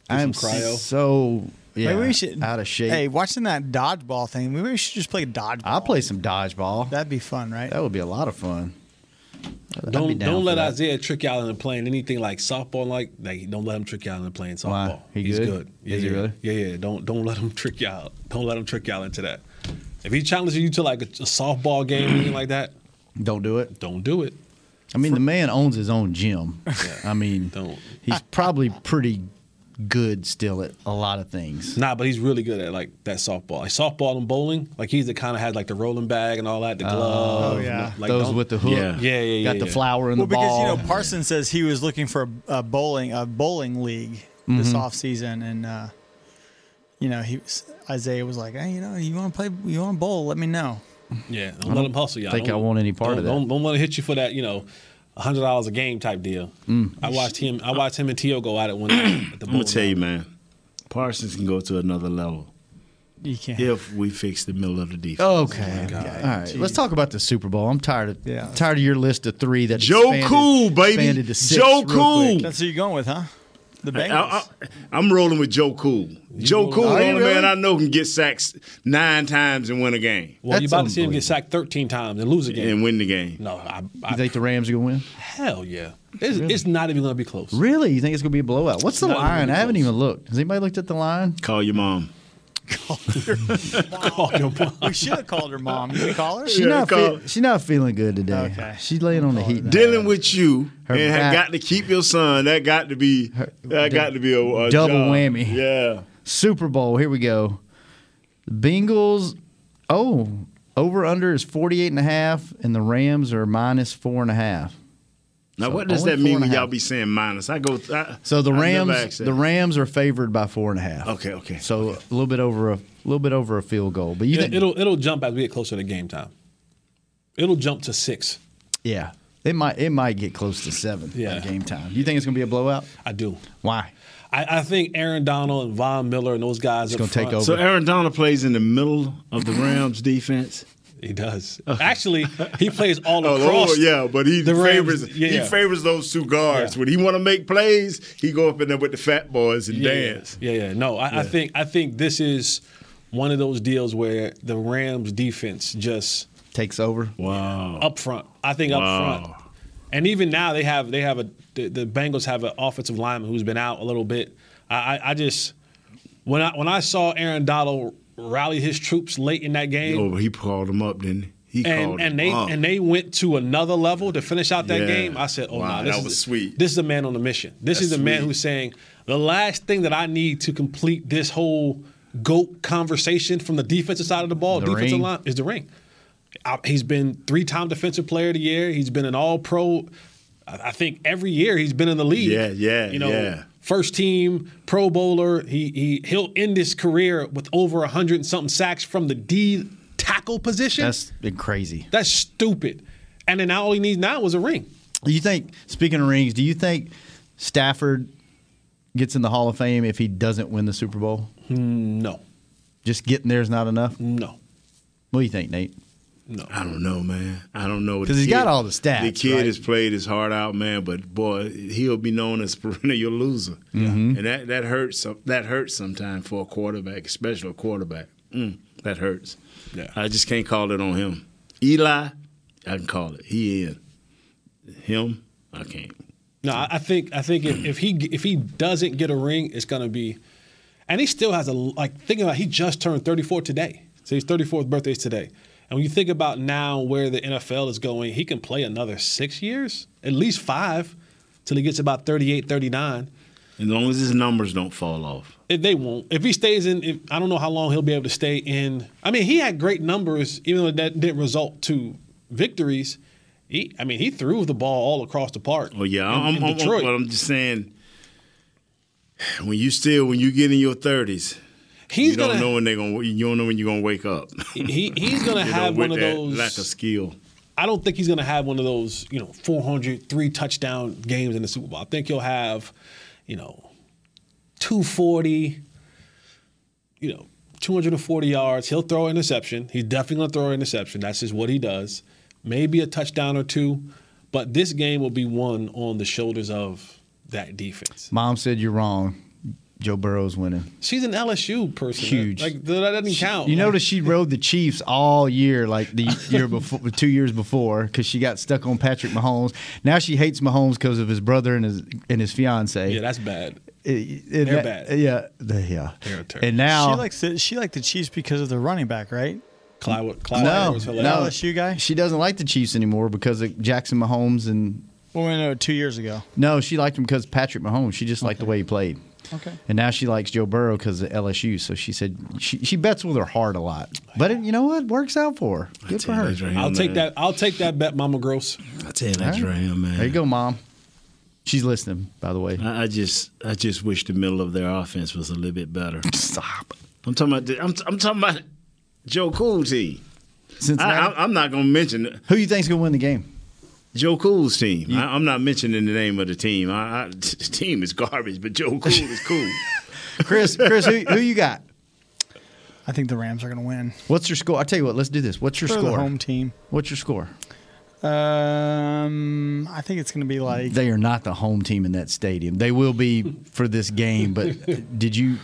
I am some cryo. so yeah, Maybe we should out of shape. Hey, watching that dodgeball thing, maybe we should just play dodgeball. I'll play some dodgeball. That'd be fun, right? That would be a lot of fun. I'd be Don't down don't for let that. Isaiah trick y'all into playing anything like softball. Like, like don't let him trick y'all into playing Why? softball. He He's good? good. Yeah, Is he yeah. really? Yeah, yeah. Don't don't let him trick y'all. Don't let him trick y'all into that. If he challenges you to like a, a softball game or anything like that, Don't do it. Don't do it. I mean, the man owns his own gym. I mean, he's probably pretty good still at a lot of things. Nah, but he's really good at like that softball. Like softball and bowling, like he's the kind of had like the rolling bag and all that, the Oh, glove. and yeah. the- like, Those don't- with the hook. Yeah, yeah, yeah. Got yeah, the yeah. flower in well, the ball. because you know Parson says he was looking for a, a bowling a bowling league this Mhm. off season, and uh, you know he was, Isaiah was like, hey, you know, you want to play, you want to bowl, let me know. Yeah, I don't let don't him hustle y'all. think Don't- I want any part don't, of that. Don't, don't let him hit you for that, you know, hundred dollars a game type deal. Mm. I watched him. I watched him and Tio go at it one night at the I'm gonna bowling. tell you, man. Parsons can go to another level. You can't. If we fix the middle of the defense. Okay. okay. Oh All right. Let's talk about the Super Bowl. I'm tired of tired of your list of three that Joe expanded, Cool, baby. expanded to six Joe real Cool. quick. That's who you're going with, huh? The I, Bengals. uh, I, I'm rolling with Joe Cool. Joe rolling- Cool, Are the you only man really? I know can get sacks nine times and win a game. Well, you about to see him get sacked thirteen times and lose a game and win the game. No, I, You think the Rams are gonna win? hell yeah. It's, it's not even gonna be close. Really? You think it's gonna be a blowout? What's the Not even line? I haven't even looked. Has anybody looked at the line? Call your mom. uh, we should have called her mom. Did we call her? She's not. Feel, she not feeling good today. Okay. She's laying on the heat. Dealing with you Her and have back- got to keep your son. That got to be that got to be a, a double job. whammy. Yeah. Super Bowl. Here we go. Bengals. Oh, over under is 48 and a half, and the Rams are minus four and a half. Now, So what does only that four mean and a when half. y'all be saying minus? I go. I, So the I never Rams, ask that. the Rams are favored by four and a half. Okay, okay. So a little bit over a little bit over a field goal, but you It, think, it'll it'll jump as we get closer to game time. It'll jump to six. yeah, it might it might get close to seven Yeah. by game time. You think it's gonna be a blowout? I do. Why? I, I think Aaron Donald and Von Miller and those guys It's are gonna take over. So Aaron Donald plays in the middle of the Rams defense. He does. Actually, he plays all Oh, across. Lord, yeah, but he the Rams. favors Yeah, yeah. he favors those two guards. When he want to make plays, he go up in there with the fat boys and yeah, dance. Yeah, yeah. No, I, Yeah. I think I think this is one of those deals where the Rams defense just takes over. Wow. Up front. I think Wow. up front. And even now they have they have a the, the Bengals have an offensive lineman who's been out a little bit. I, I, I just when I when I saw Aaron Donald rally his troops late in that game. Oh, he called them up, didn't he? He and called and them they up. and they went to another level to finish out that Yeah. game. I said, "Oh Wow, no, this that is was sweet. This is the man on the mission. This is the That's man sweet. who's saying the last thing that I need to complete this whole goat conversation from the defensive side of the ball, The defensive ring. line, is the ring. I- he's been three-time defensive player of the year. He's been an All-Pro. I I think every year he's been in the league. Yeah, yeah, You know, yeah. first team Pro Bowler. He he he'll end his career with over hundred and something sacks from the D tackle position. That's been crazy. That's stupid. And then now all he needs now is a ring. Do you think? Speaking of rings, do you think Stafford gets in the Hall of Fame if he doesn't win the Super Bowl? No. Just getting there is not enough. No. What do you think, Nate? No. I don't know, man. I don't know. 'Cause he's got all the stats, The kid right? has played his heart out, man. But boy, he'll be known as perennial loser, Mhm. and that that hurts. some- That hurts sometimes for a quarterback, especially a quarterback. Mm, that hurts. Yeah. I just can't call it on him. Eli, I can call it. He in. Him, I can't. No, I I think I think if, if he if he doesn't get a ring, it's gonna be, and he still has a like thinking about he just turned 34 today, so his 34th birthday is today. And when you think about now where the NFL is going, he can play another six years, at least five, till he gets about 38, 39. As long as his numbers don't fall off. If they won't. If he stays in, if, I don't know how long he'll be able to stay in. I mean, he had great numbers, even though that didn't result to victories. He, I mean, he threw the ball all across the park. Oh yeah, in- I'm, in I'm- I'm- Detroit. but I'm just saying, when you still when you get in your thirties, He's you don't gonna- know when they're gonna you don't know when you're gonna wake up. He- he's gonna You know, have with one of that those- lack of skill. I don't think he's going to have one of those, you know, 400, three touchdown games in the Super Bowl. I think he'll have, you know, 240, you know, 240 yards. He'll throw an interception. He's definitely going to throw an interception. That's just what he does. Maybe a touchdown or two, but this game will be won on the shoulders of that defense. Mom said you're wrong. Joe Burrow's winning. She's an LSU person. Huge. Like, that doesn't count. You notice she rode the Chiefs all year, like the year before, two years before, because she got stuck on Patrick Mahomes. Now she hates Mahomes because of his brother and his and his fiance. Yeah, that's bad. and They're that- bad. Yeah, they- yeah. They're And now she likes the, she liked the Chiefs because of the running back, right? Clyde, no, no, LSU guy. She doesn't like the Chiefs anymore because of Jackson Mahomes and Well, we know two years ago. no, she liked him because Patrick Mahomes. She just liked the way he played. Okay. And now she likes Joe Burrow because of LSU. So she said she, she bets with her heart a lot. But it, you know what? Works out for her. Good for her. I'll take that. I'll take that bet, Mama Gross. I tell you All that's right. right, man. There you go, mom. She's listening, by the way. I, I just I just wish the middle of their offense was a little bit better. Stop. I'm talking about the, I'm, I'm talking about Joe Cool's team. Cincinnati? I, I, I'm not gonna mention it. Who you think's gonna win the game? Joe Cool's team. I, I'm not mentioning the name of the team. I, I, the team is garbage, but Joe Cool is cool. Chris, Chris, who, who you got? I think the Rams are going to win. What's your score? I tell you what, let's do this. What's your They're the score? home team. What's your score? Um, I think it's going to be like They are not the home team in that stadium. They will be for this game, but did you?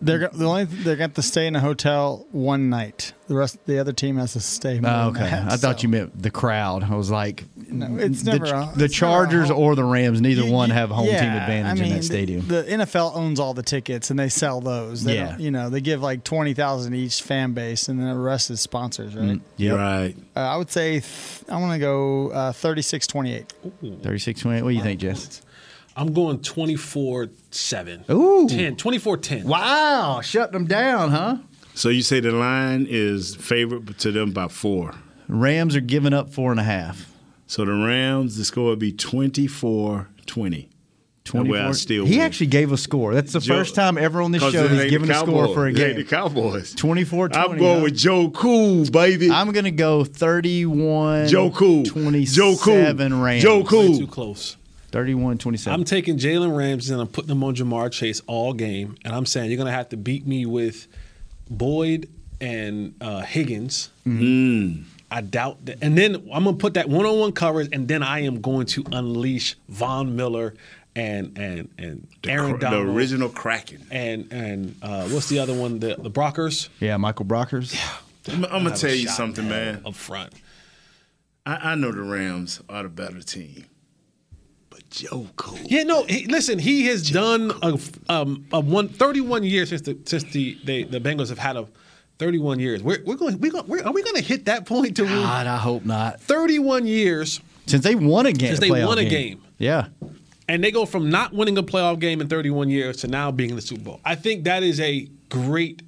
They're go- the only they're going to stay in a hotel one night. The rest the other team has to stay. More Oh, than okay, that, I thought so. you meant the crowd. I was like, No, it's the- never a- the, it's never a Chargers or the Rams. Neither one have home team Yeah, advantage I mean, in the- that stadium. The, NFL owns all the tickets and they sell those. They Yeah. don't- you know they give like twenty thousand each fan base, and then the rest is sponsors, right? Mm, yep. Right. Uh, I would say th- I want to go uh, 36-28. Thirty-six twenty. What do you think, Jess? I'm going 24 7. Ooh. 10, 24 10. Wow, shut them down, huh? So you say the line is favorite to them by four. Rams are giving up four and a half. So the Rams, the score would be 24 20. Well, I 24. still he win. actually gave a score. That's the Joe- first time ever on this 'Cause show it he's ain't given the a score Cowboys. for a It ain't game. the Cowboys. 24 I'm going with Joe Cool, baby. I'm going to go 31 Joe Cool. Joe Cool. 27 Rams. Joe Cool. Too close. 31 27. I'm taking Jalen Ramsey and I'm putting him on Jamar Chase all game. And I'm saying you're going to have to beat me with Boyd and uh, Higgins. Mm-hmm. I doubt that. And then I'm going to put that one on one coverage, and then I am going to unleash Von Miller and and and Aaron cr- the Donald. original Kraken. And, and uh, what's the other one? The, the Brockers. yeah, Michael Brockers. I'm, I'm Have gonna a tell you shot, something, man. Up front, I, I know the Rams are the better team, but Joe Cool. Yeah, no. He, listen, he has done a, um, a one, 31 years since the since the they, the Bengals have had a thirty one years. We're, we're going. We going. We're, are we going to hit that point to God, I hope not. thirty one years? Since they won a game. Since they playoff won a game. Yeah. And they go from not winning a playoff game in 31 years to now being in the Super Bowl. I think that is a great,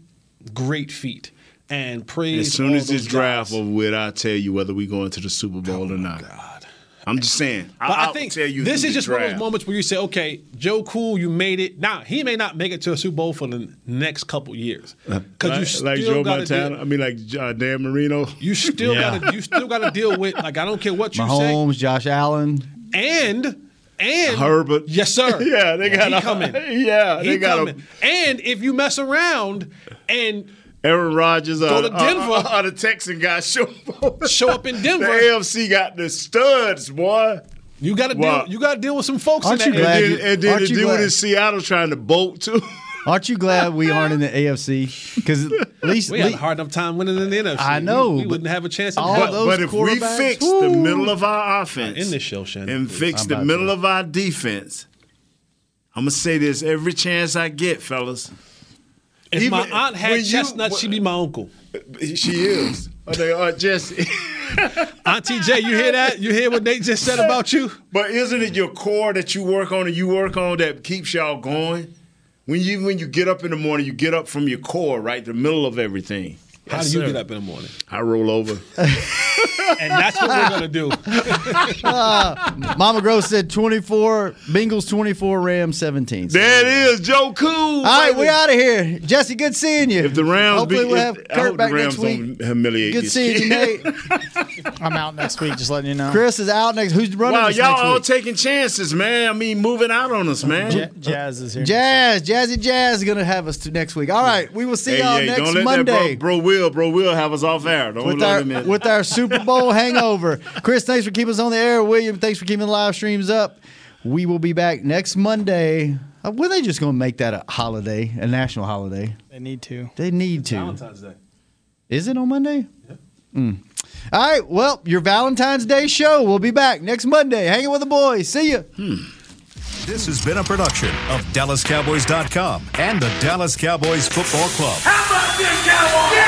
great feat. And praise. As soon all as this those draft guys. over with, I'll tell you whether we go into the Super Bowl or not. I'm just saying. I, But I, I'll think tell you this through is the just one of draft. those moments where you say, okay, Joe Cool, you made it. Now, he may not make it to a Super Bowl for the next couple years. Uh, Because like, you like still Joe got Montana. to I mean, like uh, Dan Marino. You still gotta you still gotta deal with like I don't care what you say. Mahomes, Josh Allen. And and Herbert. Yes, sir. Yeah, they got he a- coming. yeah, he they got a- coming. And if you mess around and Aaron Rodgers uh, Go or, to or- Denver. or- or the Texan guy show show up in Denver. The AFC got the studs, boy. You got to Wow. deal. You got to deal with some folks. Aren't in you that glad area. you- And then- and then aren't the you dude glad- in Seattle trying to bolt too. Aren't you glad we aren't in the AFC? Because at least we had a hard enough time winning in the NFC. I know, we, we but wouldn't have a chance. in all hell. those But if we quarterbacks, fix the woo. middle of our offense in this show, Shannon, and please. fix I'm the about middle of our defense, I'm gonna say this every chance I get, fellas. If Even- my aunt when had you- chestnuts, she'd be my uncle. She is. Or they are Jesse. Auntie J, you hear that? You hear what Nate just said about you? But isn't it your core that you work on and you work on that keeps y'all going? When you when you get up in the morning, you get up from your core, right? The middle of everything. How do you get up in the morning? I roll over. And that's what we're gonna do. Mama Gross said 24, Bengals 24, Rams 17. So- There it is, Joe Cool. All right, we're out of here. Jesse, good seeing you. If the Rams Hopefully be- we'll if- have I Kurt hope back the next Rams week. don't humiliate Good this seeing you, kid. Nate. I'm out next week. Just letting you know. Chris is out next. Who's running Wow, us y'all next all week? taking chances, man. I mean, moving out on us, man. Ja- Jazz is here. Jazz, Jazzy Jazz is going to have us to next week. All right, we will see Hey, y'all hey, next don't let Monday That bro, bro, will, bro, will have us off air. Don't with let our him in. with our Super Bowl hangover. Chris, thanks for keeping us on the air. William, thanks for keeping the live streams up. We will be back next Monday. Uh, Were they just going to make that a holiday, a national holiday? They need to. They need to. Valentine's Day. Is it on Monday? Yeah. All right. Well, your Valentine's Day show. We'll be back next Monday. Hanging with the boys. See you. This has been a production of DallasCowboys.com and the Dallas Cowboys Football Club. How about this, Cowboys?